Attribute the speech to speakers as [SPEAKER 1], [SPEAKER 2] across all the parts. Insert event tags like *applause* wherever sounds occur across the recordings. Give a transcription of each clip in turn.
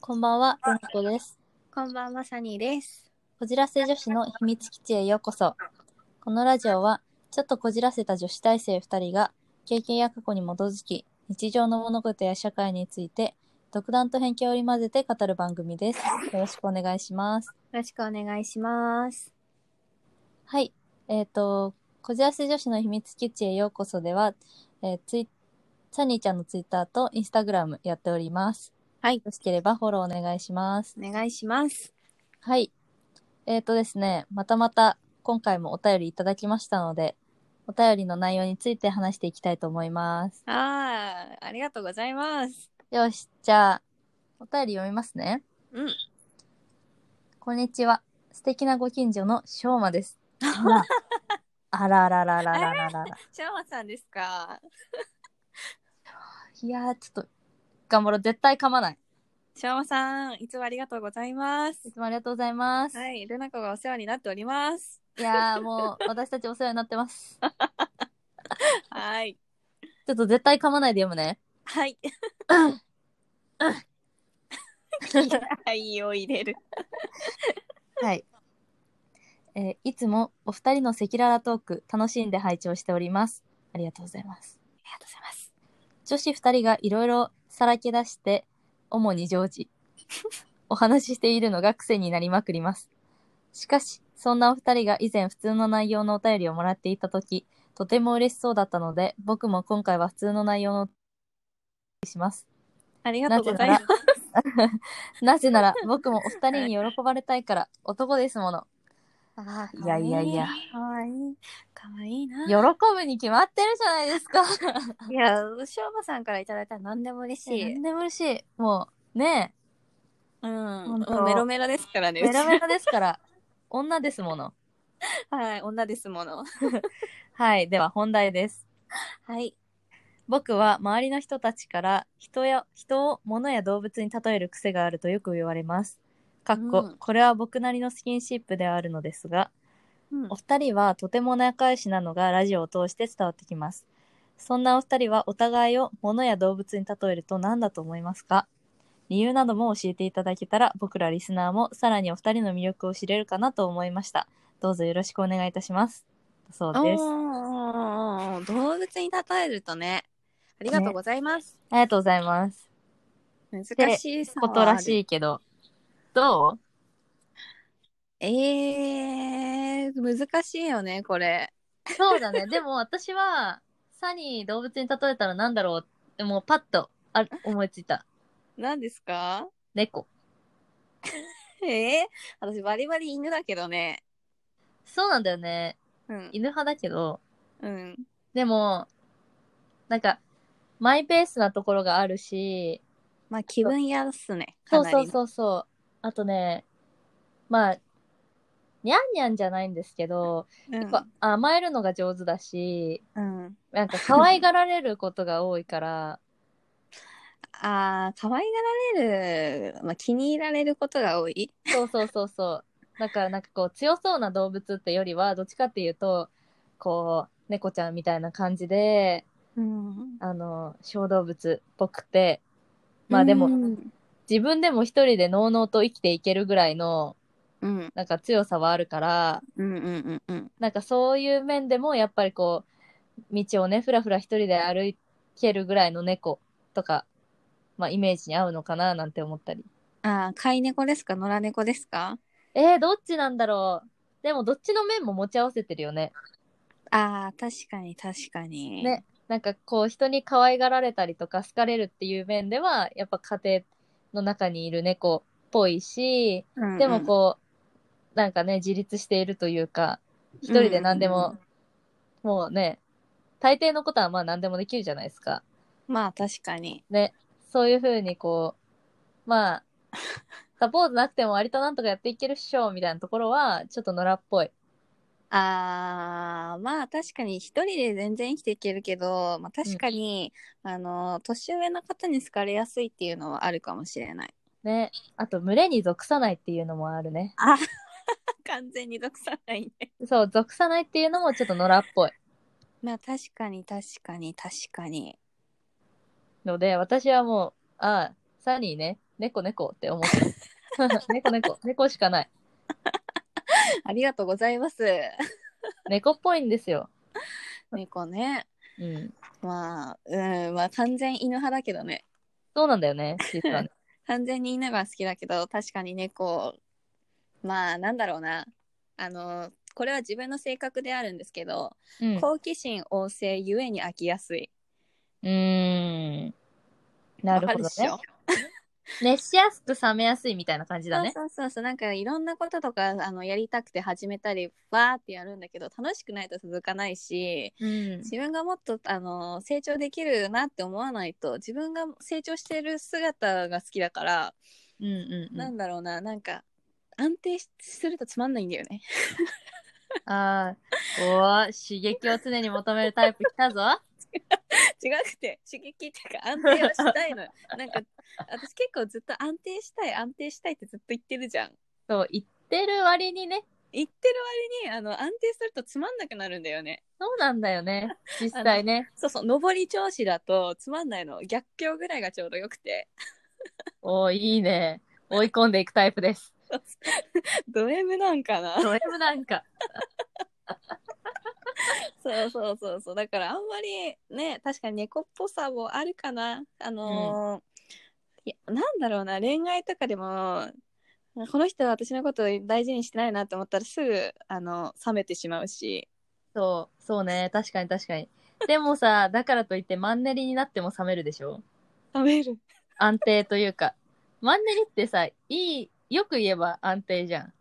[SPEAKER 1] こんばんは、よみこです。
[SPEAKER 2] こんばんは、サニーです。
[SPEAKER 1] こじらせ女子の秘密基地へようこそ。このラジオは、ちょっとこじらせた女子大生2人が、経験や過去に基づき、日常の物事や社会について、独断と偏見を織り交ぜて語る番組です。よろしくお願いします。
[SPEAKER 2] よろしくお願いします。
[SPEAKER 1] はい。えっ、と、こじらせ女子の秘密基地へようこそでは、えー、ツイサニーちゃんのツイッターとインスタグラムやっております。
[SPEAKER 2] はい
[SPEAKER 1] よろしければフォローお願いします。
[SPEAKER 2] お願いします。
[SPEAKER 1] はい。えっ、とですね、またまた今回もお便りいただきましたので、お便りの内容について話していきたいと思います。
[SPEAKER 2] ああ、ありがとうございます。
[SPEAKER 1] よし、じゃあ、お便り読みますね。
[SPEAKER 2] うん。
[SPEAKER 1] こんにちは。素敵なご近所のしょうま
[SPEAKER 2] *laughs*
[SPEAKER 1] です。あらあららららららら。
[SPEAKER 2] シャワさんですか
[SPEAKER 1] いやー、ちょっと、頑張ろう。絶対噛まない。
[SPEAKER 2] シャワさん、いつもありがとうございます
[SPEAKER 1] い。つもありがとうございます。、
[SPEAKER 2] はいい、ルナコがお世話になっております。
[SPEAKER 1] やー、もう、私たちお世話になってます。
[SPEAKER 2] はい。
[SPEAKER 1] ちょっと絶対噛まないで読むね。
[SPEAKER 2] はい。 *laughs* はい、を入れる。
[SPEAKER 1] はい。えーいつもお二人の赤裸々トーク楽しんで拝聴しております。ありがとうございます。
[SPEAKER 2] ありがとうございます。
[SPEAKER 1] 女子二人がいろいろさらけ出して、主に常時、 *laughs* お話ししているのが癖になりまくります。しかし、そんなお二人が以前普通の内容のお便りをもらっていたとき、とても嬉しそうだったので、僕も今回は普通の内容の
[SPEAKER 2] ありがとうございます。
[SPEAKER 1] なぜな
[SPEAKER 2] *laughs*
[SPEAKER 1] ら僕もお二人に喜ばれたいから男ですもの。
[SPEAKER 2] あー
[SPEAKER 1] いやいやいや。
[SPEAKER 2] かわいい。かわいいな。
[SPEAKER 1] 喜ぶに決まってるじゃないですか。
[SPEAKER 2] いや、シャワさんからいただいたら何でも嬉しい。
[SPEAKER 1] 何でも嬉しい。もうね
[SPEAKER 2] うん。も
[SPEAKER 1] 本当
[SPEAKER 2] うメロメロですから
[SPEAKER 1] え、
[SPEAKER 2] ね。
[SPEAKER 1] メラメラですから、女ですもの。
[SPEAKER 2] はい、女ですもの。
[SPEAKER 1] はい、では本題です。
[SPEAKER 2] はい。
[SPEAKER 1] 僕は周りの人たちから人や人を物や動物に例える癖があるとよく言われます。かっこ、
[SPEAKER 2] うん
[SPEAKER 1] これは僕なりのスキンシップではあるのですが、
[SPEAKER 2] うん
[SPEAKER 1] お二人はとても仲良しなのがラジオを通して伝わってきます。そんなお二人はお互いを物や動物に例えると何だと思いますか理由なども教えていただけたら僕らリスナーもさらにお二人の魅力を知れるかなと思いました。どうぞよろしくお願いいたします。そうです。
[SPEAKER 2] おー動物に例えるとねありがとうございます、
[SPEAKER 1] ありがとうございます。
[SPEAKER 2] 難しいさは
[SPEAKER 1] こ
[SPEAKER 2] ある
[SPEAKER 1] とらしいけど。ど
[SPEAKER 2] えー、難しいよねこれ
[SPEAKER 1] うそうだね。で *laughs* も私は、サニー動物に例えたら何だろうってもうパッとあ思いついた。
[SPEAKER 2] 何ですか
[SPEAKER 1] 猫。
[SPEAKER 2] えー、私バリバリ犬だけどね
[SPEAKER 1] そうなんだよね。
[SPEAKER 2] うん
[SPEAKER 1] 犬派だけど、
[SPEAKER 2] うん
[SPEAKER 1] でも、なんか、マイペースなところがあるし、
[SPEAKER 2] まあ気分屋っすねか
[SPEAKER 1] そう
[SPEAKER 2] なりの
[SPEAKER 1] そうそうそう。あとね、まあ、にゃんにゃんじゃないんですけど、
[SPEAKER 2] うん
[SPEAKER 1] やっぱ甘えるのが上手だし、
[SPEAKER 2] うん、
[SPEAKER 1] なんか可愛がられることが多い *laughs* から、
[SPEAKER 2] あー可愛がられる、まあ、気に入られることが多い
[SPEAKER 1] そうそうそうそう。だからなんかこう強そうな動物ってよりは、どっちかっていうと、こう、猫ちゃんみたいな感じで、
[SPEAKER 2] うん
[SPEAKER 1] あの、小動物っぽくて、まあでも、
[SPEAKER 2] うん、
[SPEAKER 1] 自分でも一人でのうのうと生きていけるぐらいの
[SPEAKER 2] うん
[SPEAKER 1] なんか強さはあるから
[SPEAKER 2] うんうんうんうん
[SPEAKER 1] なんかそういう面でもやっぱりこう道をねふらふら一人で歩けるぐらいの猫とか、まあ、イメージに合うのかななんて思ったり
[SPEAKER 2] ああ飼い猫ですか野良猫ですか
[SPEAKER 1] えー、どっちなんだろうでもどっちの面も持ち合わせてるよね
[SPEAKER 2] ああ、確かに確かに。
[SPEAKER 1] ねなんかこう人に可愛がられたりとか好かれるっていう面ではやっぱ家庭の中にいる猫っぽいし
[SPEAKER 2] うんうん
[SPEAKER 1] でもこう、なんかね、自立しているというか、一人で何で
[SPEAKER 2] うん
[SPEAKER 1] も、もうね、大抵のことはまあ何でもできるじゃないですか。
[SPEAKER 2] まあ確かに。
[SPEAKER 1] ね、そういうふうにこう、ま
[SPEAKER 2] *laughs*
[SPEAKER 1] あ、サポートなくても割となんとかやっていけるっしょ、みたいなところは、ちょっと野良っぽい。
[SPEAKER 2] ああ、まあ確かに一人で全然生きていけるけど、まあ確かに、あの、年上の方に好かれやすいっていうのはあるかもしれない。 *laughs*
[SPEAKER 1] ね、あと群れに属さないっていうのもあるね。
[SPEAKER 2] あ完全に属さないね。
[SPEAKER 1] そう、属さないっていうのもちょっと野良っぽい。
[SPEAKER 2] まあ確かに確かに確かに。
[SPEAKER 1] ので、私はもう、ああ、サニーね、猫猫って *laughs* 思った。猫猫、猫しかない。
[SPEAKER 2] ありがとうございます。
[SPEAKER 1] 猫っぽいんですよ。
[SPEAKER 2] 猫ね。
[SPEAKER 1] うん。
[SPEAKER 2] まあ、うん、まあ完全犬派だけどね。
[SPEAKER 1] そうなんだよね、実はね。
[SPEAKER 2] 完全に犬が好きだけど、確かに猫、まあなんだろうな。あの、これは自分の性格であるんですけど、
[SPEAKER 1] うん。
[SPEAKER 2] 好奇心旺盛ゆえに飽きやすい。
[SPEAKER 1] うーん。なるほど
[SPEAKER 2] わかっし
[SPEAKER 1] ね
[SPEAKER 2] ょ。
[SPEAKER 1] 熱しやすく冷めやすいみたいな感じだね。
[SPEAKER 2] そうそうそうそうなんかいろんなこととかあのやりたくて始めたりわーってやるんだけど楽しくないと続かないし
[SPEAKER 1] うん
[SPEAKER 2] 自分がもっとあの成長できるなって思わないと自分が成長してる姿が好きだから、
[SPEAKER 1] うんうん
[SPEAKER 2] な
[SPEAKER 1] うん
[SPEAKER 2] だろうななんか安定しするとつまんないんだよね。
[SPEAKER 1] ん。あーおー刺激を常に求めるタイプ来たぞ。
[SPEAKER 2] 違くて刺激っていうか安定をしたいのなんか私結構ずっと安定したい安定したいってずっと言ってるじゃん。
[SPEAKER 1] そう、言ってる割にね。
[SPEAKER 2] 言ってる割にあの安定するとつまんなくなるんだよね。
[SPEAKER 1] そうなんだよね。実際ね。
[SPEAKER 2] そうそう、上り調子だとつまんないの。逆境ぐらいがちょうどよくて。 *laughs*
[SPEAKER 1] おーいいね。追い込んでいくタイプ *laughs* です。
[SPEAKER 2] ド M なんかな
[SPEAKER 1] ド M なんか。
[SPEAKER 2] そうそうそうそう。だからあんまりね、確かに猫っぽさもあるかな。あのーいやなんだろうな、恋愛とかでも、この人は私のことを大事にしてないなと思ったらすぐ、あの、冷めてしまうし。
[SPEAKER 1] そう、そうね。確かに確かに。でもさ、だからといってマンネリになっても冷めるでしょ
[SPEAKER 2] 冷める。
[SPEAKER 1] 安定というか。マンネリってさ、いい、よく言えば安定じゃん。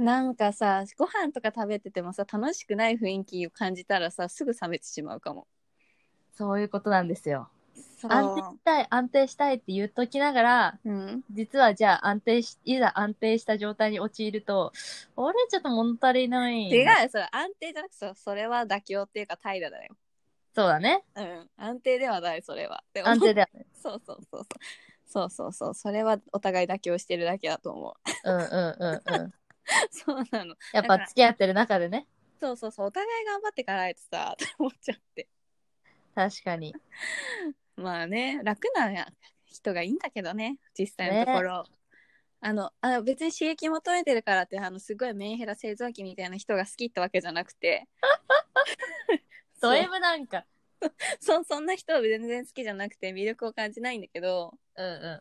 [SPEAKER 2] なんかさ、ご飯とか食べててもさ、楽しくない雰囲気を感じたらさ、すぐ冷めてしまうかも。
[SPEAKER 1] そういうことなんですよ。
[SPEAKER 2] そ
[SPEAKER 1] 安定したい、安定したいって言っときながら、
[SPEAKER 2] う。うん。
[SPEAKER 1] 実はじゃあ安定し、いざ安定した状態に陥ると、あれちょっと物足りない。
[SPEAKER 2] 違うよそれ安定じゃなくてそそれは妥協っていうか怠惰だよ
[SPEAKER 1] そうだね。
[SPEAKER 2] うん安定ではないそれはでも
[SPEAKER 1] 安定だよね。
[SPEAKER 2] *laughs* そうそうそうそうそうそうそうそれはお互い妥協してるだけだと思う *laughs*
[SPEAKER 1] うんうんうんうん。
[SPEAKER 2] そうなの
[SPEAKER 1] やっぱ付き合ってる中でね。
[SPEAKER 2] そうそうそうお互い頑張っていかないとさって思っちゃって
[SPEAKER 1] 確かに。
[SPEAKER 2] まあね楽な人がいいんだけどね実際のところ、あのあ別に刺激求めてるからってあのすごいメンヘラ製造機みたいな人が好きってわけじゃな
[SPEAKER 1] *laughs*
[SPEAKER 2] くて
[SPEAKER 1] ド M なんか。
[SPEAKER 2] そうそそんな人は全然好きじゃなくて魅力を感じないんだけど
[SPEAKER 1] うんう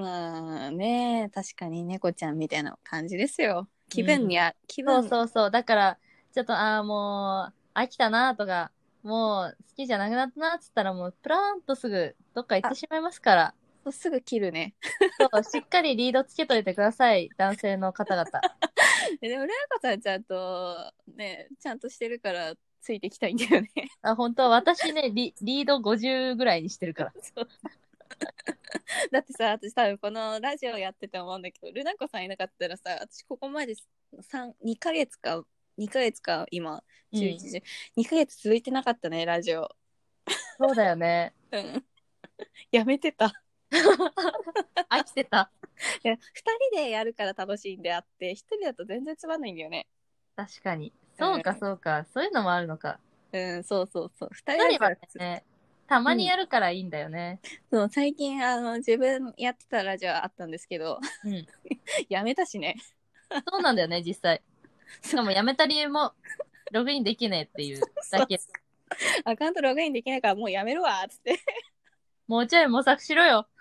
[SPEAKER 1] んうん。
[SPEAKER 2] まあね確かに猫ちゃんみたいな感じですよ気分にあ、気分
[SPEAKER 1] そうそうそう。だから、ちょっと、ああ、もう、飽きたなとか、もう、好きじゃなくなったなっつったら、もう、プラーンとすぐ、どっか行ってしまいますから、
[SPEAKER 2] そうすぐ切るね
[SPEAKER 1] そう、しっかりリードつけといてください、男性の方々。
[SPEAKER 2] でもレア子さんちゃんとねちゃんとしてるからついてきたいんだよね
[SPEAKER 1] あ、本当は私ね、リリード50ぐらいにしてるから。
[SPEAKER 2] そう *laughs* だってさ私多分このラジオやってて思うんだけどルナ子さんいなかったらさ私ここまで三2ヶ月か2ヶ月か今
[SPEAKER 1] うん
[SPEAKER 2] 11時、2ヶ月続いてなかったねラジオ
[SPEAKER 1] そうだよね。
[SPEAKER 2] うん *laughs* やめてた
[SPEAKER 1] 飽きてた。
[SPEAKER 2] いや2人でやるから楽しいんであって1人だと全然つまんないんだよね
[SPEAKER 1] 確かに。そうか、そうか。そういうのもあるのか。
[SPEAKER 2] うん、そうそうそう。二
[SPEAKER 1] 二
[SPEAKER 2] 人
[SPEAKER 1] 人は
[SPEAKER 2] は
[SPEAKER 1] ね、たまにやるからいいんだよね。
[SPEAKER 2] そう最近あの自分やってたラジオあったんですけど、
[SPEAKER 1] うん。
[SPEAKER 2] *laughs* やめたしね。
[SPEAKER 1] そうなんだよね、実際。しかも、やめた理由も、ログインできねえっていうだけ。
[SPEAKER 2] アカウントログインできないからもうやめるわっつって、
[SPEAKER 1] もうちょい模索しろよ。
[SPEAKER 2] *laughs*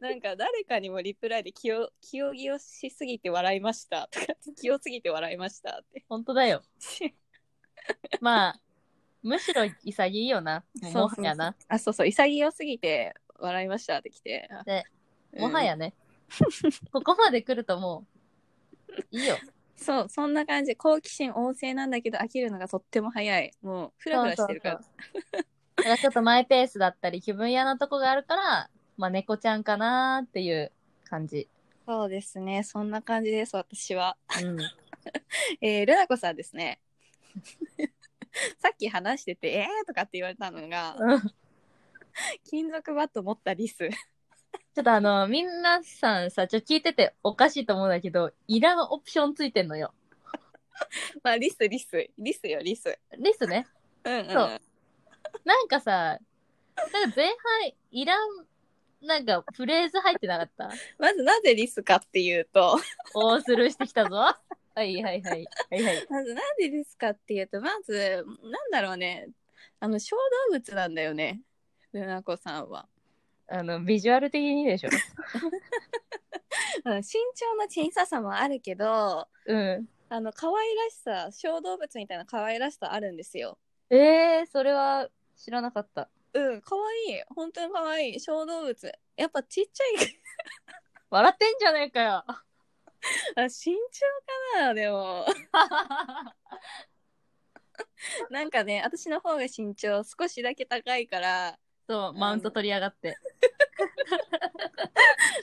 [SPEAKER 2] なんか誰かにもリプライで気を気を気をしすぎて笑いましたとか *laughs* って、気をすぎて笑いました
[SPEAKER 1] *laughs*
[SPEAKER 2] って。
[SPEAKER 1] 本当だよ。まあ、むしろ潔いよな。もはやな。。
[SPEAKER 2] あ、そうそう、潔すぎて笑いましたって来て。
[SPEAKER 1] で
[SPEAKER 2] う
[SPEAKER 1] も
[SPEAKER 2] ん
[SPEAKER 1] はやね。ここまで来るともう、い
[SPEAKER 2] *laughs*
[SPEAKER 1] いよ。
[SPEAKER 2] そう、そんな感じ。好奇心旺盛なんだけど飽きるのがとっても早い。もう、フラフラしてるから。
[SPEAKER 1] そうだからちょっとマイペースだったり、気分屋なとこがあるから、まあ猫ちゃんかなーっていう感じ。
[SPEAKER 2] そうですね。そんな感じです、私は。
[SPEAKER 1] うん。 *laughs*
[SPEAKER 2] えー、ルナコさんですね。 *laughs* さっき話してて、えーとかって言われたのが、
[SPEAKER 1] ち
[SPEAKER 2] 金属バット持ったリス。 *laughs*
[SPEAKER 1] ょっとあの、みんなさんさ、ちょっと聞いてておかしいと思うんだけど、いらんオプションついてんのよ。
[SPEAKER 2] まあ、リス、リス。リスよ、リス。
[SPEAKER 1] リスね。
[SPEAKER 2] うんうん。
[SPEAKER 1] そうなんかさ、なんか前半、いらんなんかフレーズ入ってなかった
[SPEAKER 2] まずなぜリスかっていうと、
[SPEAKER 1] おースルーしてきたぞ。はいはいはい。はいはい。
[SPEAKER 2] *laughs* まずなんでリスかっていうと、まず、なんだろうね、あの、小動物なんだよね、ルナコさんは。
[SPEAKER 1] あの、ビジュアル的にでしょ。
[SPEAKER 2] うん身長の小ささもあるけど、
[SPEAKER 1] うん。
[SPEAKER 2] あの、可愛らしさ、小動物みたいな可愛らしさあるんですよ。
[SPEAKER 1] えー、それは知らなかった。
[SPEAKER 2] うん、可愛い。本当に可愛い。小動物。やっぱちっちゃい *laughs*
[SPEAKER 1] 笑ってんじゃねえかよ。 *laughs*
[SPEAKER 2] あ身長かなでもなんかね私の方が身長少しだけ高いから
[SPEAKER 1] そう、マウント取りやがって。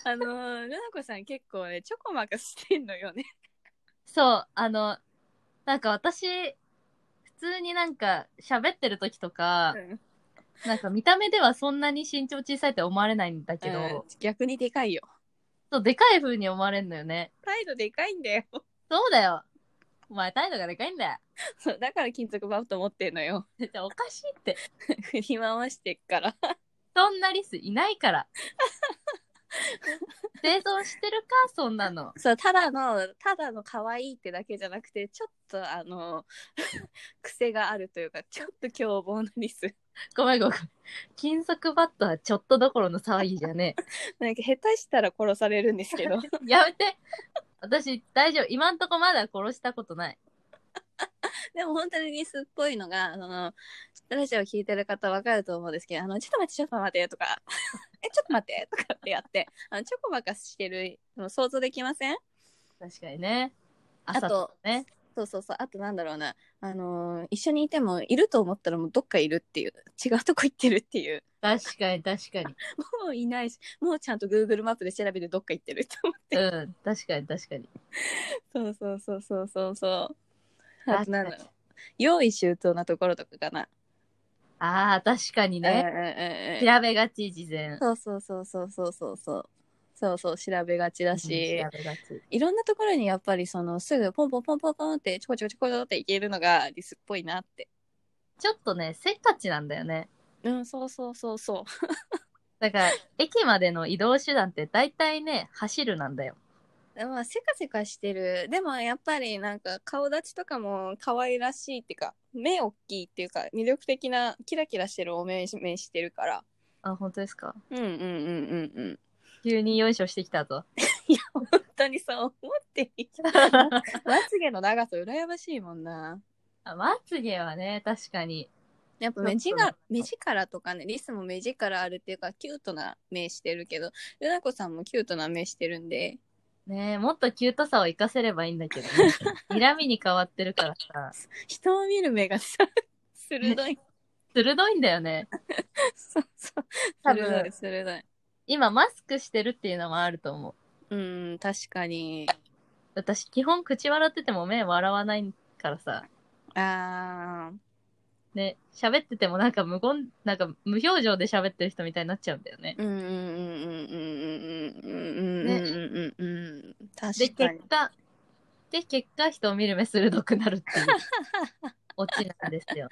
[SPEAKER 2] あのー、ルナコさん結構ねちょこまかしてんのよね
[SPEAKER 1] そう、あの、なんか私、普通になんか喋ってる時とか、なんか見た目ではそんなに身長小さいって思われないんだけど、
[SPEAKER 2] うん逆にでかいよ
[SPEAKER 1] そうでかい風に思われるのよね。
[SPEAKER 2] 態度でかいんだよ
[SPEAKER 1] そうだよ。お前態度がでかいんだよ。
[SPEAKER 2] *laughs* そうだから金属バット持ってんのよ *laughs*
[SPEAKER 1] じゃあおかしいって。
[SPEAKER 2] 振り回してっから
[SPEAKER 1] そんなリスいないから。 *laughs* 生存してるか、そんなの。
[SPEAKER 2] そうただのただの可愛いってだけじゃなくてちょっとあの *laughs* ー癖があるというかちょっと凶暴なリス *laughs*
[SPEAKER 1] ごめんごめん。金属バットはちょっとどころの騒ぎじゃね
[SPEAKER 2] なんか下手したら殺されるんですけ *laughs* ど
[SPEAKER 1] え。やめて。私、大丈夫。今んとこまだ殺したことない。
[SPEAKER 2] でも本当にリスっぽいのが、あの、ラジオ聞いてる方わかると思うんですけど、あの、ちょっと待って、ちょっと待って、とか、 *laughs* え、ちょっと待って、とかってやって、あの、チョコバカしてるの想像できません
[SPEAKER 1] 確かにね。
[SPEAKER 2] あと
[SPEAKER 1] 朝とかね。
[SPEAKER 2] そうそうそう。あとなんだろうな、あのー一緒にいても、いると思ったらもうどっかいるっていう、違うとこ行ってるっていう、
[SPEAKER 1] 確かに確かに。
[SPEAKER 2] もういないし、もうちゃんと Google マップで調べてどっか行ってると思って。
[SPEAKER 1] うん。確かに確かに。
[SPEAKER 2] そうそうそうそうそうそう。あとなんだろう。用意周到なところとかかな。
[SPEAKER 1] ああ、確かにね。
[SPEAKER 2] うんうんうんうん
[SPEAKER 1] 調べがち、事前。
[SPEAKER 2] そうそうそうそうそうそうそうそうそう調べがちだし
[SPEAKER 1] うん、調べがち。
[SPEAKER 2] いろんなところにやっぱりそのすぐポンポンポンポンポンってちょこちょこちょこちょこっていけるのがリスっぽいなって
[SPEAKER 1] ちょっとね、せっかちなんだよね。
[SPEAKER 2] うんそうそうそうそう
[SPEAKER 1] だから、駅までの移動手段って大体ね、走るなんだよ。
[SPEAKER 2] でもまあせかせかしてるでもやっぱりなんか顔立ちとかも可愛らしいっていうか目大きいっていうか魅力的なキラキラしてるお目目してるから
[SPEAKER 1] あ、本当ですか。
[SPEAKER 2] うんうんうんうんうん
[SPEAKER 1] 急によいしょしてきたぞ。
[SPEAKER 2] いや本当にそう思って *laughs* いたまつげの長さ羨ましいもんな
[SPEAKER 1] あまつげはね、確かに。
[SPEAKER 2] やっぱ目力目力とかねリスも目力あるっていうかキュートな目してるけどルナコさんもキュートな目してるんで
[SPEAKER 1] ねえ、もっとキュートさを活かせればいいんだけどね。睨みに変わってるからさ、
[SPEAKER 2] 人を見る目がさ *laughs* 鋭い
[SPEAKER 1] 鋭いんだよね。
[SPEAKER 2] *laughs* そうそう
[SPEAKER 1] 多
[SPEAKER 2] 鋭
[SPEAKER 1] 分
[SPEAKER 2] い、鋭い
[SPEAKER 1] 今マスクしてるっていうのもあると思う。
[SPEAKER 2] うん確かに
[SPEAKER 1] 私、基本口笑ってても目笑わないからさ、
[SPEAKER 2] あー
[SPEAKER 1] ね、喋っててもなんか無言、なんか無表情で喋ってる人みたいになっちゃうんだよね。
[SPEAKER 2] うんうんうんうんうんうんうんうん
[SPEAKER 1] ね
[SPEAKER 2] うんうんうん
[SPEAKER 1] で、
[SPEAKER 2] 確か
[SPEAKER 1] 結
[SPEAKER 2] に
[SPEAKER 1] 果、で、結果、人を見る目鋭くなるっていう、 *laughs* オチなんですよ。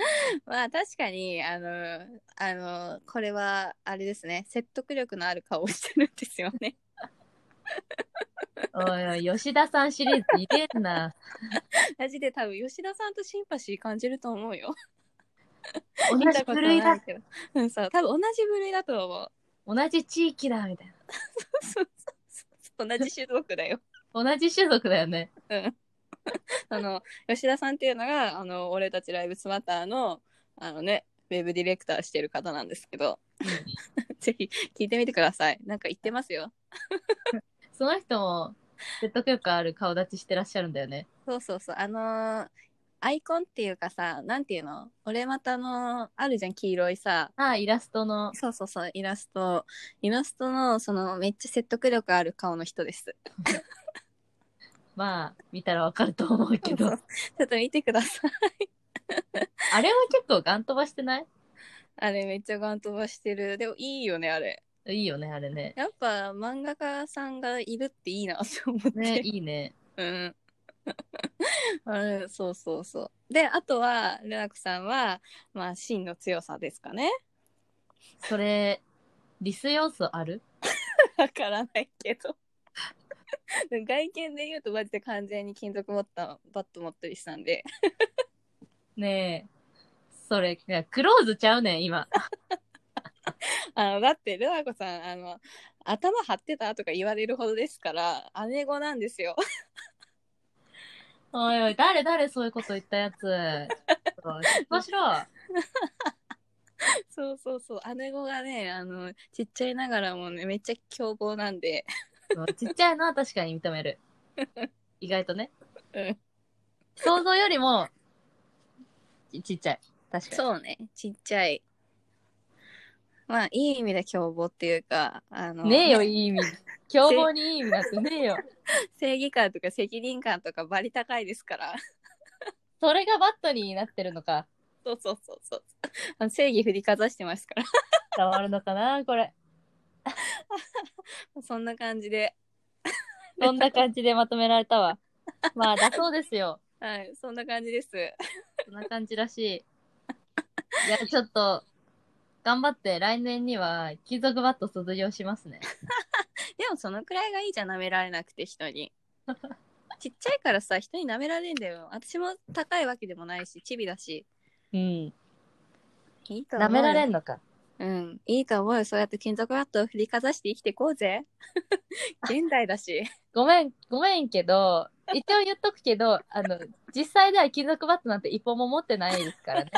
[SPEAKER 2] まあ確かにあのあのこれはあれですね説得力のある顔をしてるんですよね
[SPEAKER 1] おいおい、吉田さんシリーズ入れんな。
[SPEAKER 2] マジで多分吉田さんとシンパシー感じると思うよ
[SPEAKER 1] 同
[SPEAKER 2] 見た
[SPEAKER 1] じ
[SPEAKER 2] こと
[SPEAKER 1] 部
[SPEAKER 2] な
[SPEAKER 1] 類
[SPEAKER 2] い
[SPEAKER 1] だ。
[SPEAKER 2] けど。うん、そう。多分同じ部類だと思う。
[SPEAKER 1] 同じ地域だ、みたいな。
[SPEAKER 2] そうそうそう同じ種族だよ。
[SPEAKER 1] 同じ種族だよね。
[SPEAKER 2] うん。 *laughs* あの、吉田さんっていうのが、あの、俺たちライブスマターの、あのね、ウェブディレクターしてる方なんですけど、 *laughs* ぜひ聞いてみてください。なんか言ってますよ。
[SPEAKER 1] その人も説得力ある顔立ちしてらっしゃるんだよね。
[SPEAKER 2] そうそうそう。あのーアイコンっていうかさ、なんていうの俺またの、あるじゃん、黄色いさ。
[SPEAKER 1] ああ、イラストの。
[SPEAKER 2] そうそうそう、イラスト。イラストの、その、めっちゃ説得力ある顔の人です。
[SPEAKER 1] まあ、見たらわかると思うけ
[SPEAKER 2] *laughs*
[SPEAKER 1] ど。
[SPEAKER 2] ちょっと見てください。 *laughs*
[SPEAKER 1] あれは結構ガン飛ばしてない
[SPEAKER 2] あれめっちゃガン飛ばしてる。でもいいよね、あれ。
[SPEAKER 1] いいよね、あれね。
[SPEAKER 2] やっぱ漫画家さんがいるっていいなって思って。
[SPEAKER 1] ね、いいね。
[SPEAKER 2] うん。 *laughs* あれ、そうそうそう。で、あとは、ルナコさんは、まあ、芯の強さですかね。
[SPEAKER 1] それ、リス要素ある
[SPEAKER 2] *laughs* わからないけど。 *laughs* でも外見で言うとマジで完全に金属持ったバット持ったりしたんで。
[SPEAKER 1] ねえ。それ、いやクローズちゃうねん、今。
[SPEAKER 2] あのだってルアコさんあの頭張ってたとか言われるほどですから姉子なんですよ。 *laughs*
[SPEAKER 1] おいおい、誰誰そういうこと言った
[SPEAKER 2] *laughs*
[SPEAKER 1] やつ。面白い。
[SPEAKER 2] そうそうそう姉子がねあのちっちゃいながらもねめっちゃ凶暴なんで。
[SPEAKER 1] そうちっちゃいのは確かに認める。意外とね。
[SPEAKER 2] うん
[SPEAKER 1] 想像よりも、ちちっちゃい。確かに。
[SPEAKER 2] そうねちっちゃい。まあいい意味で凶暴っていうかあの
[SPEAKER 1] ねえよ、いい意味。凶暴にいい意味なんてねえよ。
[SPEAKER 2] 正義感とか責任感とかバリ高いですから。 *laughs*
[SPEAKER 1] それがバットになってるのか。
[SPEAKER 2] そうそうそうそう。あの正義振りかざしてますから。 *laughs*
[SPEAKER 1] 伝わるのかな、これ。
[SPEAKER 2] そんな感じで。
[SPEAKER 1] こんな感じでまとめられたわ。まあ、だそうですよ。
[SPEAKER 2] *laughs* はい、そんな感じです。
[SPEAKER 1] そんな感じらしい。いや、ちょっと、頑張って、来年には、貴族バット卒業しますね。
[SPEAKER 2] でもそのくらいがいいじゃん舐められなくて人
[SPEAKER 1] *laughs*
[SPEAKER 2] にちっちゃいからさ人に舐められんだよ私も高いわけでもないしチビだし
[SPEAKER 1] うん。
[SPEAKER 2] いいと思
[SPEAKER 1] 舐
[SPEAKER 2] う
[SPEAKER 1] められ
[SPEAKER 2] ん
[SPEAKER 1] んのか。
[SPEAKER 2] うんいいと思うよそうやって金属バットを振りかざして生きてこう *laughs* ぜ現代だし *laughs*
[SPEAKER 1] ごめん、ごめんけど、一応言っとくけど、 *laughs* あの、実際では金属バットなんて一本も持ってないですから
[SPEAKER 2] *laughs*
[SPEAKER 1] ね。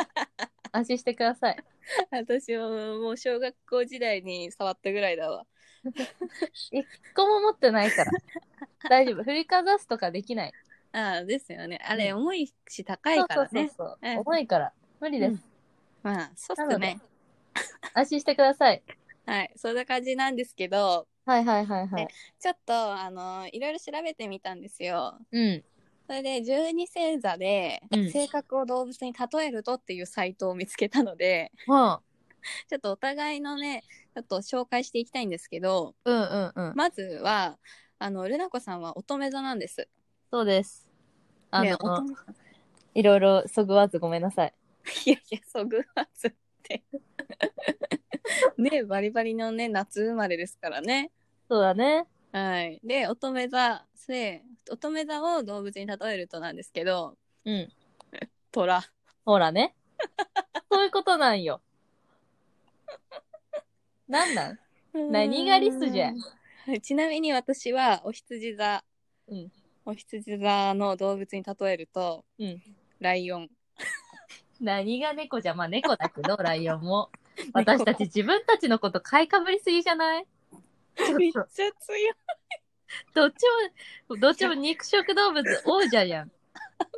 [SPEAKER 1] 安心してください。
[SPEAKER 2] 私ももう小学校時代に触ったぐらいだわ
[SPEAKER 1] 一個も持ってないから。大丈夫。振りかざすとかできない。
[SPEAKER 2] ああですよねあれ
[SPEAKER 1] う
[SPEAKER 2] 重いし高いからね
[SPEAKER 1] そうそうそう
[SPEAKER 2] うん
[SPEAKER 1] 重いから。無理です。
[SPEAKER 2] うんまあそう
[SPEAKER 1] な
[SPEAKER 2] っ
[SPEAKER 1] ので
[SPEAKER 2] すね
[SPEAKER 1] 安心してください。
[SPEAKER 2] はいそんな感じなんですけど
[SPEAKER 1] はいはいはいはい。
[SPEAKER 2] ちょっとあのいろいろ調べてみたんですよ
[SPEAKER 1] うん。
[SPEAKER 2] それで十二星座で
[SPEAKER 1] うん
[SPEAKER 2] 性格を動物に例えるとっていうサイトを見つけたので、
[SPEAKER 1] は
[SPEAKER 2] ちょっとお互いのねちょっと紹介していきたいんですけど
[SPEAKER 1] あ、うんうんうん。
[SPEAKER 2] まずはあのルナ子さんは乙女座なんです。
[SPEAKER 1] そうです。あ
[SPEAKER 2] ね
[SPEAKER 1] の、
[SPEAKER 2] 乙女
[SPEAKER 1] いろいろそぐわずごめんなさい。
[SPEAKER 2] いやいやそぐわずって *laughs* ねバリバリのね夏生まれですからね。
[SPEAKER 1] そうだね。
[SPEAKER 2] はい、で乙女座で乙女座を動物に例えるとなんですけど
[SPEAKER 1] うん。
[SPEAKER 2] 虎
[SPEAKER 1] ほらね。そういうことなんよ。なんなん何がリスじゃ
[SPEAKER 2] はいちなみに私はお羊座、
[SPEAKER 1] うん
[SPEAKER 2] お羊座の動物に例えると、
[SPEAKER 1] うん
[SPEAKER 2] ライオン
[SPEAKER 1] 何が猫じゃ、まあ猫だけど、ライオン *laughs* も。
[SPEAKER 2] 猫
[SPEAKER 1] 私たち自分たちのこと買いかぶりすぎじゃない
[SPEAKER 2] めっちゃ
[SPEAKER 1] ょっと
[SPEAKER 2] 強い
[SPEAKER 1] どっちも、どっちも肉食動物王者やん。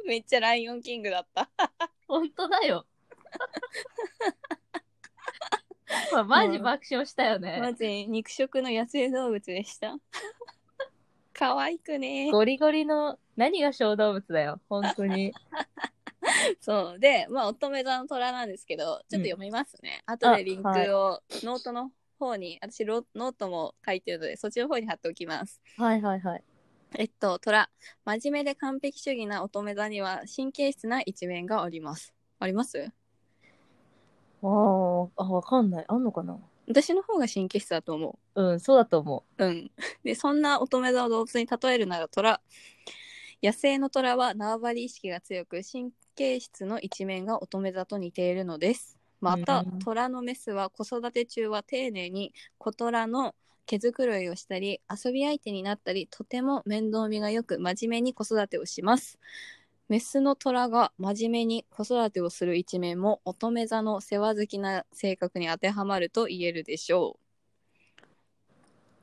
[SPEAKER 2] めっちゃライオンキングだった
[SPEAKER 1] 本当だよ。 *laughs* まあ、マジ爆笑したよ
[SPEAKER 2] マ
[SPEAKER 1] ね。
[SPEAKER 2] ジ肉食の野生動物でした
[SPEAKER 1] *laughs*
[SPEAKER 2] 可愛くね
[SPEAKER 1] ゴリゴリの何が小動物だよ。本当に。
[SPEAKER 2] そうでまあ乙女座の虎なんですけどちょっと読みますね、後
[SPEAKER 1] あ
[SPEAKER 2] でリンクを、
[SPEAKER 1] はい
[SPEAKER 2] ノートの方に私ロノートも書いてるのでそっちの方に貼っておきます
[SPEAKER 1] *laughs* はいはいはい。
[SPEAKER 2] えっと、虎。真面目で完璧主義な乙女座には神経質な一面があります。あります
[SPEAKER 1] あーあ、わかんない。あんのかな
[SPEAKER 2] 私の方が神経質だと思
[SPEAKER 1] うん、そうだと思
[SPEAKER 2] う。うん。で、そんな乙女座を動物に例えるなら虎。野生の虎は縄張り意識が強く、神経質の一面が乙女座と似ているのです。また
[SPEAKER 1] うん、
[SPEAKER 2] 虎のメスは子育て中は丁寧に子虎の毛づくろいをしたり、遊び相手になったり、とても面倒見がよく真面目に子育てをします。メスの虎が真面目に子育てをする一面も乙女座の世話好きな性格に当てはまると言えるでしょ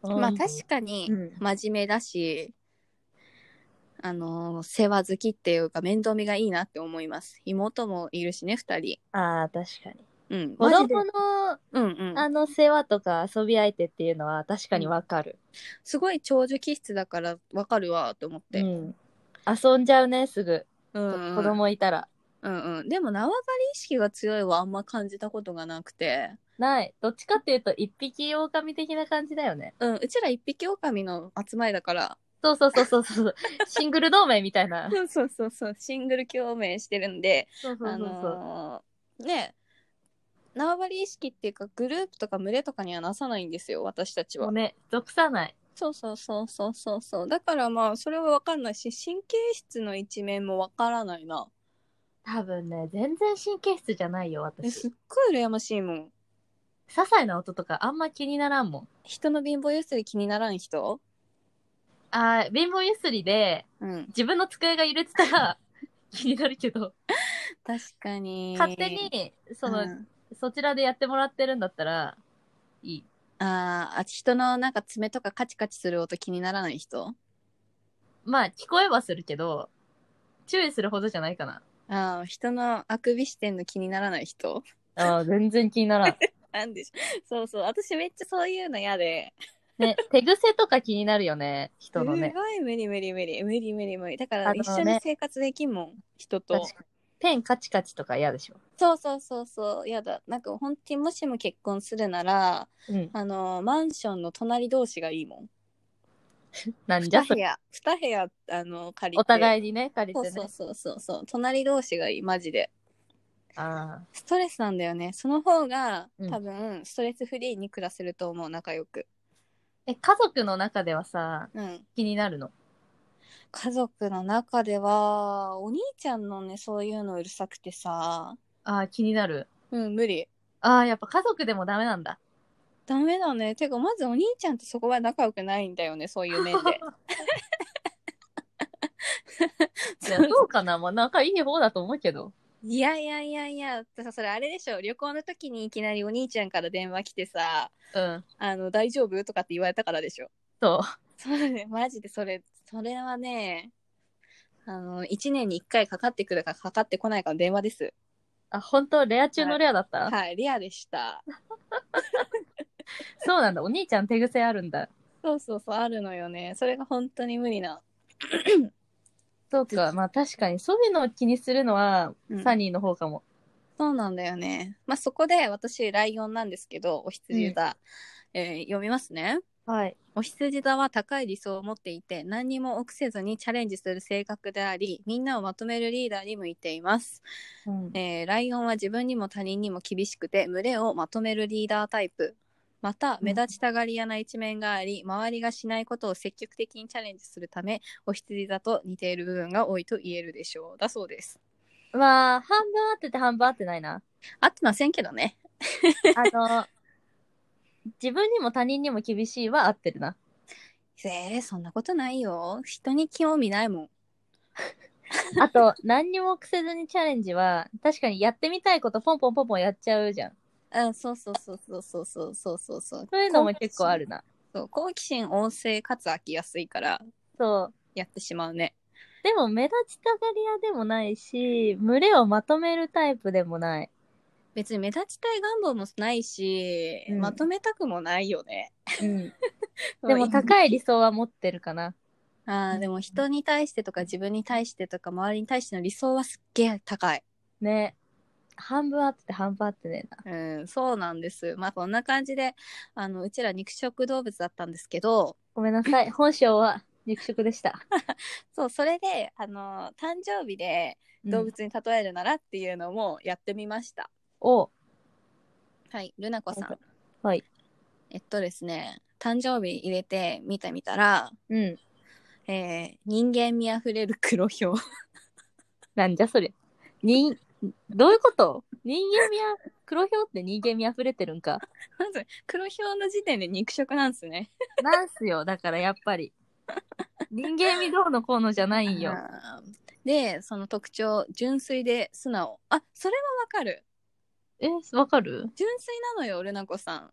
[SPEAKER 1] う。
[SPEAKER 2] う。まあ確かに、
[SPEAKER 1] うん
[SPEAKER 2] 真面目だし、あのー世話好きっていうか面倒見がいいなって思います。妹もいるしね、二人。
[SPEAKER 1] ああ、確かに。
[SPEAKER 2] うん。
[SPEAKER 1] 子
[SPEAKER 2] マジで
[SPEAKER 1] 供の
[SPEAKER 2] うんうん。
[SPEAKER 1] あの世話とか遊び相手っていうのは確かにわかる。
[SPEAKER 2] すごい長寿気質だからわかるわと思っ
[SPEAKER 1] う
[SPEAKER 2] て。
[SPEAKER 1] ん。遊んじゃうね、すぐ。
[SPEAKER 2] うん、うん。
[SPEAKER 1] 子供いたら。
[SPEAKER 2] うんうん。でも縄張り意識が強いはあんま感じたことがなくて。
[SPEAKER 1] ない。どっちかっていうと、一匹狼的な感じだよね。
[SPEAKER 2] うん。うちら一匹狼の集まりだから。
[SPEAKER 1] そうそうそうそうそう。シングル同盟みたいな。
[SPEAKER 2] *laughs* そうそうそうそう。シングル共鳴してるんで、
[SPEAKER 1] そうそうそうそ
[SPEAKER 2] あ
[SPEAKER 1] う。
[SPEAKER 2] のーね縄張り意識っていうかグループとか群れとかにはなさないんですよ私たちは
[SPEAKER 1] もうね、属さない。
[SPEAKER 2] そうそうそうそうそうそうだからまあそれは分かんないし神経質の一面も分からないな
[SPEAKER 1] 多分ね、全然神経質じゃないよ、
[SPEAKER 2] え
[SPEAKER 1] 私。
[SPEAKER 2] すっ
[SPEAKER 1] 些
[SPEAKER 2] ごい羨ましいもん
[SPEAKER 1] 細な音とかあんま気にならんもん。
[SPEAKER 2] 人の貧乏ゆすり気にならん人
[SPEAKER 1] あー貧乏ゆすりで、
[SPEAKER 2] うん
[SPEAKER 1] 自分の机が揺れてたら気になるけど、
[SPEAKER 2] 確かに
[SPEAKER 1] 勝手に、その、
[SPEAKER 2] うん
[SPEAKER 1] そちらでやってもらってるんだったら、いい。
[SPEAKER 2] あーあ人のなんか爪とかカチカチする音気にならない人
[SPEAKER 1] まあ、聞こえはするけど、注意するほどじゃないかな。
[SPEAKER 2] ああ人のあくびしてんの気にならない人
[SPEAKER 1] ああ、全然気にならん。
[SPEAKER 2] なんでしょそうそう私めっちゃそういうの嫌で
[SPEAKER 1] *laughs* ね、手癖とか気になるよね、人の
[SPEAKER 2] す
[SPEAKER 1] ね。
[SPEAKER 2] ごい無理無理無理無理無理無理だか
[SPEAKER 1] あの
[SPEAKER 2] ら
[SPEAKER 1] ね
[SPEAKER 2] 一緒に生活できんもん人と
[SPEAKER 1] 確かにペンカチカチとか嫌でしょ。
[SPEAKER 2] そうそうそうそうやだなんか本当にもしも結婚するなら
[SPEAKER 1] うん。
[SPEAKER 2] あのマンションの隣同士がいいもん
[SPEAKER 1] なんじゃ
[SPEAKER 2] 2
[SPEAKER 1] そ
[SPEAKER 2] 部
[SPEAKER 1] れ。
[SPEAKER 2] 屋2部屋あの借りて
[SPEAKER 1] お互いにね、借り
[SPEAKER 2] そ
[SPEAKER 1] て
[SPEAKER 2] う
[SPEAKER 1] ね。
[SPEAKER 2] そうそうそうそう隣同士がいいマジで
[SPEAKER 1] ああ、
[SPEAKER 2] ストレスなんだよねその方が
[SPEAKER 1] うん
[SPEAKER 2] 多分ストレスフリーに暮らせると思う仲良く、
[SPEAKER 1] え、家族の中ではさ、
[SPEAKER 2] うん、
[SPEAKER 1] 気になるの。
[SPEAKER 2] 家族の中ではお兄ちゃんのねそういうのうるさくてさ
[SPEAKER 1] ああ、気になる。
[SPEAKER 2] うん無理
[SPEAKER 1] ああ、やっぱ家族でもダメなんだ。 *laughs*
[SPEAKER 2] ダメだねてかまずお兄ちゃんとそこまで仲良くないんだよねそういう面で
[SPEAKER 1] いや、そうかな。まあ、仲いい方だと思うけど。
[SPEAKER 2] *laughs* いやいやいやいやてかそれあれでしょ旅行の時にいきなりお兄ちゃんから電話来てさ
[SPEAKER 1] うん。
[SPEAKER 2] 「あの大丈夫?」とかって言われたからでしょ
[SPEAKER 1] そう。
[SPEAKER 2] そうだね、マジでそれ、それはね、あの、1年に1回かかってくるかかかってこないかの電話です。
[SPEAKER 1] あ、本当レア中のレアだった、
[SPEAKER 2] はい、レアでした。
[SPEAKER 1] そうなんだ。お兄ちゃん手癖あるんだ。
[SPEAKER 2] そうそうそう、あるのよね。それが本当に無理な。
[SPEAKER 1] そうか。まあ、確かに、そういうのを気にするのは
[SPEAKER 2] うん、
[SPEAKER 1] サニーの方かも。
[SPEAKER 2] そうなんだよね。まあ、そこで私、ライオンなんですけど、お羊座、えー読みますね。
[SPEAKER 1] はい。
[SPEAKER 2] お羊座は高い理想を持っていて、何にも臆せずにチャレンジする性格であり、みんなをまとめるリーダーに向いています。
[SPEAKER 1] うん。
[SPEAKER 2] えーライオンは自分にも他人にも厳しくて群れをまとめるリーダータイプまた目立ちたがり屋な一面があり、周りがしないことを積極的にチャレンジするためお羊座と似ている部分が多いと言えるでしょうだそうです
[SPEAKER 1] まあ、半分合ってて半分合ってない *laughs* な。
[SPEAKER 2] 合ってませんけどね
[SPEAKER 1] あの、自分にも他人にも厳しいは合ってるな。
[SPEAKER 2] えー、そんなことないよ人に興味ないもん
[SPEAKER 1] あ *laughs* と、何にも臆せずにチャレンジは、確かにやってみたいことポンポンポンポンやっちゃうじゃん。
[SPEAKER 2] うん、そうそうそうそうそうそうそうそうそう
[SPEAKER 1] そういうのも結構あるな。
[SPEAKER 2] そう好奇心旺盛かつ飽きやすいから
[SPEAKER 1] そう。
[SPEAKER 2] やってしまうね
[SPEAKER 1] でも目立ちたがり屋でもないし、群れをまとめるタイプでもない。
[SPEAKER 2] 別に目立ちたい願望もないし、
[SPEAKER 1] うん
[SPEAKER 2] まとめたくもないよね
[SPEAKER 1] うん。でも高い理想は持ってるかな。う
[SPEAKER 2] ああ、
[SPEAKER 1] ん
[SPEAKER 2] でも人に対してとか自分に対してとか周りに対しての理想はすっげえ高い。
[SPEAKER 1] ね。半分あってて半分あってねえな。
[SPEAKER 2] うん、そうなんです。まあこんな感じで、あの、うちら肉食動物だったんですけど、
[SPEAKER 1] ごめんなさい。本性は肉食でした。
[SPEAKER 2] そう、それで、あの、誕生日で *laughs* 動
[SPEAKER 1] うん
[SPEAKER 2] 物に例えるならっていうのもやってみました。
[SPEAKER 1] を、
[SPEAKER 2] はい、ルナコさん。
[SPEAKER 1] はい。
[SPEAKER 2] えっとですね、誕生日入れて見てみたら、
[SPEAKER 1] うん。
[SPEAKER 2] えー人間味あふれる黒ひょう。 *laughs*
[SPEAKER 1] なんじゃそれ。人、どういうこと人間味あ、黒ひょうって人間味あふれてるんか。
[SPEAKER 2] まず、黒ひょうの時点で肉食なんですね。
[SPEAKER 1] なんすよ、だからやっぱり。人間味どうのこうのじゃないんよ。
[SPEAKER 2] あーでその特徴純粋で素直あそれはわかる
[SPEAKER 1] え、わかる
[SPEAKER 2] 純粋なのよルナ子さ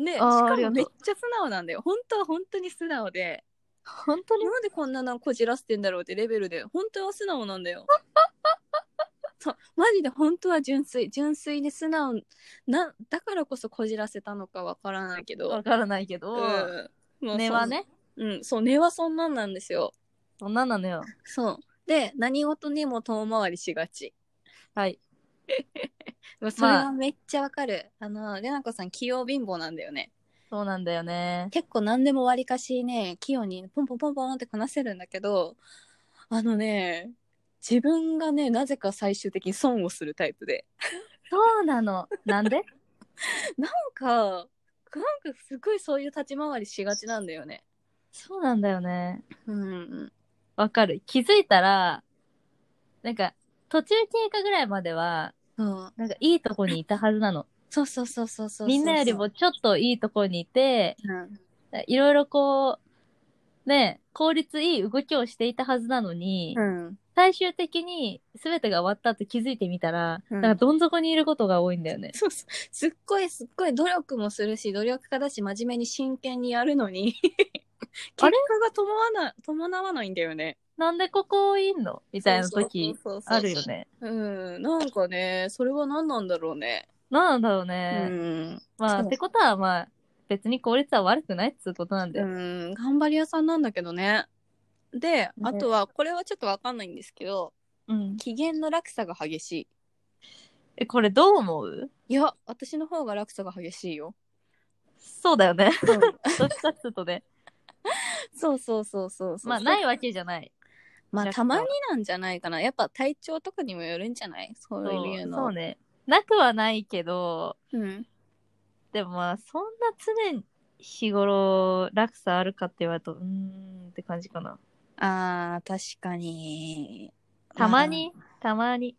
[SPEAKER 2] んでし
[SPEAKER 1] あー
[SPEAKER 2] か
[SPEAKER 1] ありが
[SPEAKER 2] も
[SPEAKER 1] とう
[SPEAKER 2] めっちゃ素直なんだよ本当は本当に素直で
[SPEAKER 1] 本当に
[SPEAKER 2] なんでこんなのこじらせてんだろうってレベルで本当は素直なん *laughs* だよそうマジで本当は純粋純粋で素直なだからこそこじらせたのかわからないけど
[SPEAKER 1] わからないけど、
[SPEAKER 2] うんもう
[SPEAKER 1] 根
[SPEAKER 2] そ
[SPEAKER 1] はね、
[SPEAKER 2] うんそう根はそんなんなんですよ
[SPEAKER 1] そんななのよ。
[SPEAKER 2] そうで何事にも遠回りしがち
[SPEAKER 1] はい。
[SPEAKER 2] *laughs* でもそれはめっちゃわかる。あの、れなこさん、器用貧乏なんだよね。
[SPEAKER 1] そうなんだよね。
[SPEAKER 2] 結構何でもわりかしね、器用にポンポンポンポンってこなせるんだけど、あのね、自分がね、なぜか最終的に損をするタイプで。
[SPEAKER 1] そうなの。なんで
[SPEAKER 2] なんか、なんかすごいそういう立ち回りしがちなんだよね。
[SPEAKER 1] そうなんだよね。
[SPEAKER 2] うん。
[SPEAKER 1] わかる。気づいたら、なんか、途中経過ぐらいまでは、
[SPEAKER 2] うん。
[SPEAKER 1] なんかいいとこにいたはずなの。
[SPEAKER 2] そうそうそうそうそう。
[SPEAKER 1] みんなよりも、ちょっといいとこにいて、
[SPEAKER 2] うん。
[SPEAKER 1] いろいろこう、ね、効率いい動きをしていたはずなのに、
[SPEAKER 2] うん。
[SPEAKER 1] 最終的に全てが終わった後気づいてみたら、
[SPEAKER 2] うん
[SPEAKER 1] なんかどん底にいることが多いんだよね。
[SPEAKER 2] そうそう。すっごいすっごい努力もするし、努力家だし、真面目に真剣にやる
[SPEAKER 1] *laughs*
[SPEAKER 2] のに。結
[SPEAKER 1] あ
[SPEAKER 2] 果
[SPEAKER 1] れ
[SPEAKER 2] が伴わな、伴わないんだよね。
[SPEAKER 1] なんでここいんのみ
[SPEAKER 2] み
[SPEAKER 1] たいな時あるよ
[SPEAKER 2] ね。
[SPEAKER 1] ね。
[SPEAKER 2] うん。なんかね、それは何なんだろうね。
[SPEAKER 1] なんだろう
[SPEAKER 2] う
[SPEAKER 1] ね。
[SPEAKER 2] ん。
[SPEAKER 1] まあ、
[SPEAKER 2] そう
[SPEAKER 1] ってことはまあ、別に効率は悪くないっつうことなんだ
[SPEAKER 2] う
[SPEAKER 1] よ。
[SPEAKER 2] ん、頑張り屋さんなんだけどね。で、あとは、これはちょっとわかんないんですけど、
[SPEAKER 1] うん。
[SPEAKER 2] 機嫌の落差が激しい。
[SPEAKER 1] え、これどう思う
[SPEAKER 2] いや、私の方が落差が激しいよ。
[SPEAKER 1] そうだよね。どっちかっつうとね。
[SPEAKER 2] そうそうそうそうそう。
[SPEAKER 1] まあ、ないわけじゃない。
[SPEAKER 2] まあ、
[SPEAKER 1] 落差
[SPEAKER 2] たまになんじゃないかな。やっぱ体調とかにもよるんじゃないそ
[SPEAKER 1] そう
[SPEAKER 2] い
[SPEAKER 1] う
[SPEAKER 2] うの。
[SPEAKER 1] そうね。なくはないけど、
[SPEAKER 2] うん。
[SPEAKER 1] でもまあ、そんな常日頃落差あるかって言われると、うーんって感じかな。
[SPEAKER 2] あー、確かに。
[SPEAKER 1] たまに、たまに。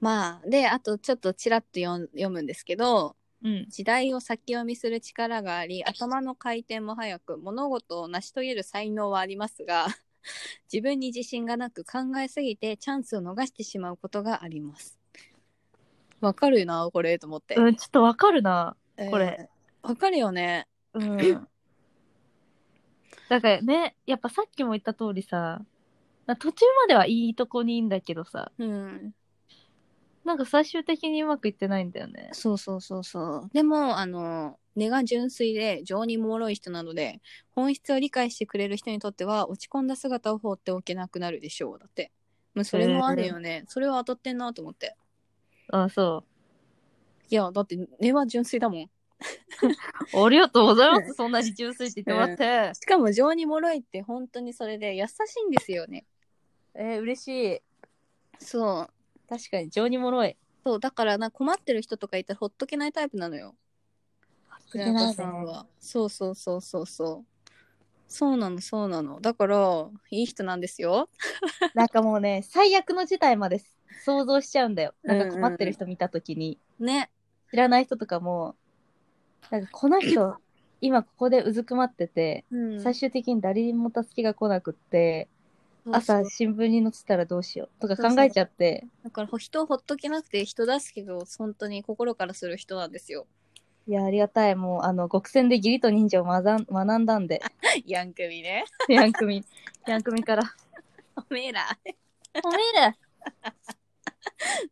[SPEAKER 2] まあ、まあ、で、あとちょっとちらっと読ん読むんですけど、
[SPEAKER 1] うん。
[SPEAKER 2] 時代を先読みする力があり頭の回転も速く物事を成し遂げる才能はありますが *laughs* 自分に自信がなく考えすぎてチャンスを逃してしまうことがありますわかるなこれと思って、
[SPEAKER 1] うん、ちょっとわかるな。
[SPEAKER 2] えー
[SPEAKER 1] これ
[SPEAKER 2] わかるよね
[SPEAKER 1] *coughs* うん。だからね、やっぱさっきも言った通りさ、な途中まではいいとこにいいんだけどさ、
[SPEAKER 2] うん
[SPEAKER 1] なんか最終的にうまくいってないんだよね。
[SPEAKER 2] そうそうそうそうでもあの根が純粋で情に脆い人なので本質を理解してくれる人にとっては落ち込んだ姿を放っておけなくなるでしょうだってもうそれもあるよね、それは当たってんなと思って
[SPEAKER 1] あ、そ
[SPEAKER 2] いや、だって根は純粋だもん。
[SPEAKER 1] う。ありがとうございます。そんなに純粋って言ってもらって。
[SPEAKER 2] しかも情に脆いって本当にそれで優しいんですよね。
[SPEAKER 1] えー、嬉しい。
[SPEAKER 2] そう。
[SPEAKER 1] 確かに、情に脆い。
[SPEAKER 2] そう、だからな困ってる人とかいたらほっとけないタイプなのよ。平田さんは。そうそうそうそうそう。そうなの、そうなの。だから、いい人なんですよ。
[SPEAKER 1] なんかもうね、最悪の事態まで想像しちゃうんだよ。なんか困ってる人見たときに、
[SPEAKER 2] ね。
[SPEAKER 1] 知らない人とかも、なんかこの
[SPEAKER 2] *clears throat*
[SPEAKER 1] 人、今ここでうずくまってて、
[SPEAKER 2] うん
[SPEAKER 1] 最終的に誰にも助けが来なくって、
[SPEAKER 2] そう
[SPEAKER 1] 朝
[SPEAKER 2] そう
[SPEAKER 1] 新聞に載ってたらどうしようとか考えちゃって、
[SPEAKER 2] だからほ人をほっとけなくて人助けを本当に心からする人なんですよ。 *laughs*
[SPEAKER 1] いや、ありがたい。もう、あの、極戦で義理と人情を学ん *laughs* 学んだん
[SPEAKER 2] *laughs*
[SPEAKER 1] で、
[SPEAKER 2] ヤンクミね。 *laughs*
[SPEAKER 1] ヤンクミ、ヤンクミから。
[SPEAKER 2] おめえら。
[SPEAKER 1] お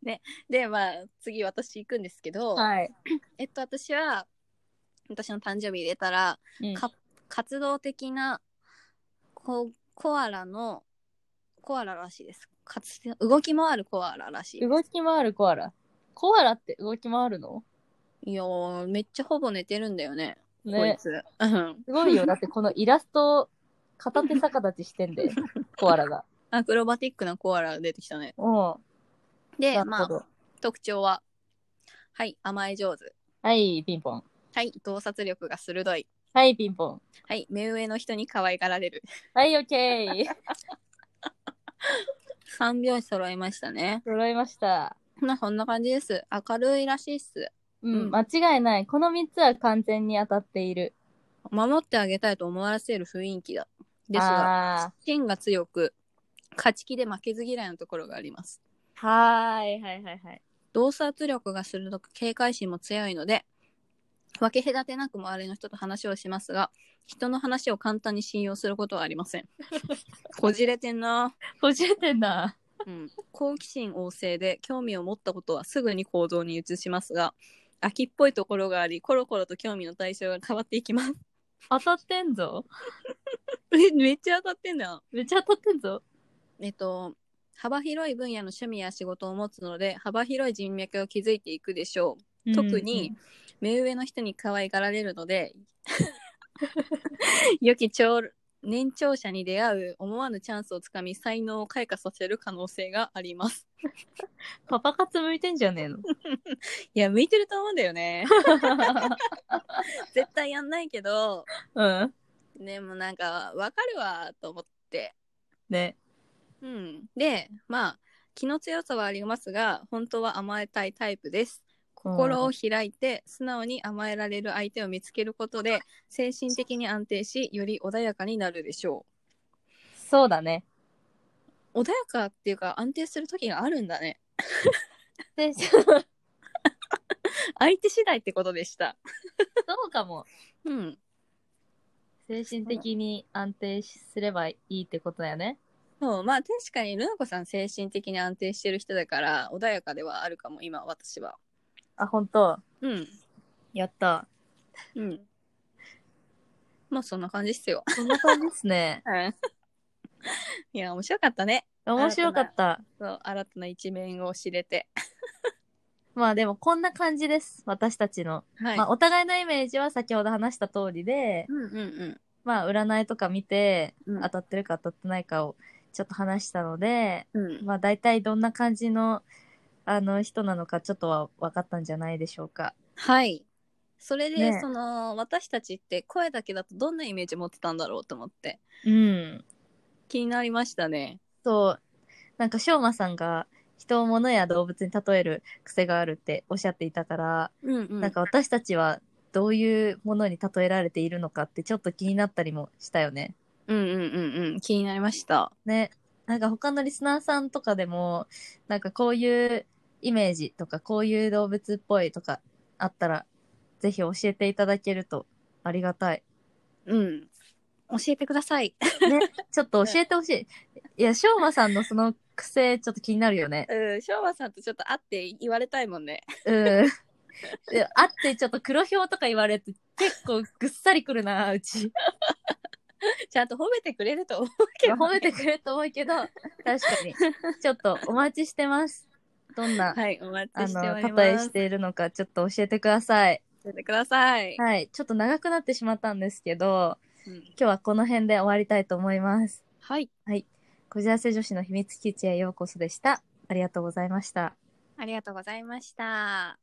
[SPEAKER 1] めえ
[SPEAKER 2] で、まあ、次私行くんですけど、
[SPEAKER 1] らはい。
[SPEAKER 2] えっと、私は、私の誕生日入れたら、
[SPEAKER 1] うん
[SPEAKER 2] か活動的なココアラのコアラらしいです活動き回るコアラらしい
[SPEAKER 1] 動き回るコアラ。コアラって動き回るの
[SPEAKER 2] いやーめっちゃほぼ寝てるんだよねこい
[SPEAKER 1] ね。
[SPEAKER 2] つ、うん、
[SPEAKER 1] すご *laughs* いよ。だってこのイラスト、片手逆立ちしてん *laughs* で、コアラが。
[SPEAKER 2] アクロバティックなコアラが出てきたね
[SPEAKER 1] うん。
[SPEAKER 2] で
[SPEAKER 1] なる
[SPEAKER 2] ま
[SPEAKER 1] ほ
[SPEAKER 2] あ
[SPEAKER 1] ど。
[SPEAKER 2] 特徴ははい甘え上手
[SPEAKER 1] はい、ピンポン。
[SPEAKER 2] はい洞察力が鋭い
[SPEAKER 1] はい、ピンポン。
[SPEAKER 2] はい目上の人に可愛がられる
[SPEAKER 1] はい、オッケ *laughs* ー。
[SPEAKER 2] 三拍子揃いましたね
[SPEAKER 1] 揃いました。
[SPEAKER 2] まあそんな感じです明るいらしいっす
[SPEAKER 1] う
[SPEAKER 2] うん
[SPEAKER 1] ん、間違いない。この3つは完全に当たっている。
[SPEAKER 2] 守ってあげたいと思わせる雰囲気だですが
[SPEAKER 1] あ
[SPEAKER 2] 芯が強く勝ち気で負けず嫌いのところがあります
[SPEAKER 1] ーはーい、はい、はい、はい。
[SPEAKER 2] 洞察力が鋭く警戒心も強いので分け隔てなく周りの人と話をしますが人の話を簡単に信用することはありませんこじれてんな、
[SPEAKER 1] こじれてんな。
[SPEAKER 2] うん、好奇心旺盛で興味を持ったことはすぐに行動に移しますが秋っぽいところがありコロコロと興味の対象が変わっていきます
[SPEAKER 1] 当たってんぞ。
[SPEAKER 2] えめっちゃ当たってんだよ
[SPEAKER 1] めっちゃ当たってんぞ。
[SPEAKER 2] えっと、幅広い分野の趣味や仕事を持つので、幅広い人脈を築いていくでしょう。特に、 *laughs* 目上の人に可愛がられるので、良き長年長者に出会う思わぬチャンスをつかみ才能を開花させる可能性があります
[SPEAKER 1] パパ活向いてんじゃねえの
[SPEAKER 2] いや向いてると思うんだよね *laughs* 絶対やんないけど
[SPEAKER 1] *laughs* うん。
[SPEAKER 2] でもなんかわかるわと思って
[SPEAKER 1] ね。
[SPEAKER 2] うんでまあ気の強さはありますが本当は甘えたいタイプです心を開いて素直に甘えられる相手を見つけることで精神的に安定しより穏やかになるでしょ
[SPEAKER 1] そうだね。
[SPEAKER 2] う穏やかっていうか安定する時があるんだね
[SPEAKER 1] で、 *laughs* そ
[SPEAKER 2] 相手次第ってことでした
[SPEAKER 1] うかも。
[SPEAKER 2] うん
[SPEAKER 1] 精神的に安定しすればいいってことだよね。
[SPEAKER 2] そうまあ確かにルナコさん精神的に安定してる人だから穏やかではあるかも今私は
[SPEAKER 1] あ、本当
[SPEAKER 2] うん
[SPEAKER 1] やった。
[SPEAKER 2] うんまあそんな感じっすよ。
[SPEAKER 1] そんな感じですね *laughs*
[SPEAKER 2] *laughs* いや面白かったね
[SPEAKER 1] 面白かった。
[SPEAKER 2] そう新たな一面を知れて *laughs*
[SPEAKER 1] まあでもこんな感じです。私たちの。
[SPEAKER 2] はい、
[SPEAKER 1] まあお互いのイメージは先ほど話した通りで、
[SPEAKER 2] うんうんうん
[SPEAKER 1] まあ占いとか見て、
[SPEAKER 2] うん
[SPEAKER 1] 当たってるか当たってないかをちょっと話したので、
[SPEAKER 2] うん
[SPEAKER 1] まあ大体どんな感じの、あの人なのかちょっとは分かったんじゃないでしょうか。
[SPEAKER 2] はいそれで、
[SPEAKER 1] ね
[SPEAKER 2] その私たちって声だけだとどんなイメージ持ってたんだろうと思って
[SPEAKER 1] うん。
[SPEAKER 2] 気になりましたね
[SPEAKER 1] そう。なんか、しょうまさんが、人を物や動物に例える癖があるっておっしゃっていたから、
[SPEAKER 2] うんうん
[SPEAKER 1] なんか私たちはどういうものに例えられているのかってちょっと気になったりもしたよね。
[SPEAKER 2] うんうんうんうん気になりました
[SPEAKER 1] ね。なんか他のリスナーさんとかでも、なんかこういうイメージとか、こういう動物っぽいとかあったら、ぜひ教えていただけるとありがたい。
[SPEAKER 2] うん教えてく
[SPEAKER 1] *laughs*
[SPEAKER 2] ださい
[SPEAKER 1] ね。ちょっと教えてほしい。いや、しょうまさんのその癖、ちょっと気になるよね。
[SPEAKER 2] うん、しょうまさんとちょっと会って言われたいもんね。 *laughs*
[SPEAKER 1] うん。で、あってちょっと黒ひょうとか言われて、結構ぐっさりくるな、うち。
[SPEAKER 2] ちゃんと褒めてくれると思うけど、
[SPEAKER 1] 褒めてくれると思うけど、確かに。ちょっとお待ちしてます。どんな、
[SPEAKER 2] はい、お待ち
[SPEAKER 1] あ
[SPEAKER 2] しております。
[SPEAKER 1] の、例えしているのか、ちょっと教えてください。
[SPEAKER 2] 教えてください。
[SPEAKER 1] はい。ちょっと長くなってしまったんですけど、
[SPEAKER 2] うん
[SPEAKER 1] 今日はこの辺で終わりたいと思います。
[SPEAKER 2] はい、
[SPEAKER 1] こじらせ女子の秘密基地へようこそでした。ありがとうございました。
[SPEAKER 2] ありがとうございました。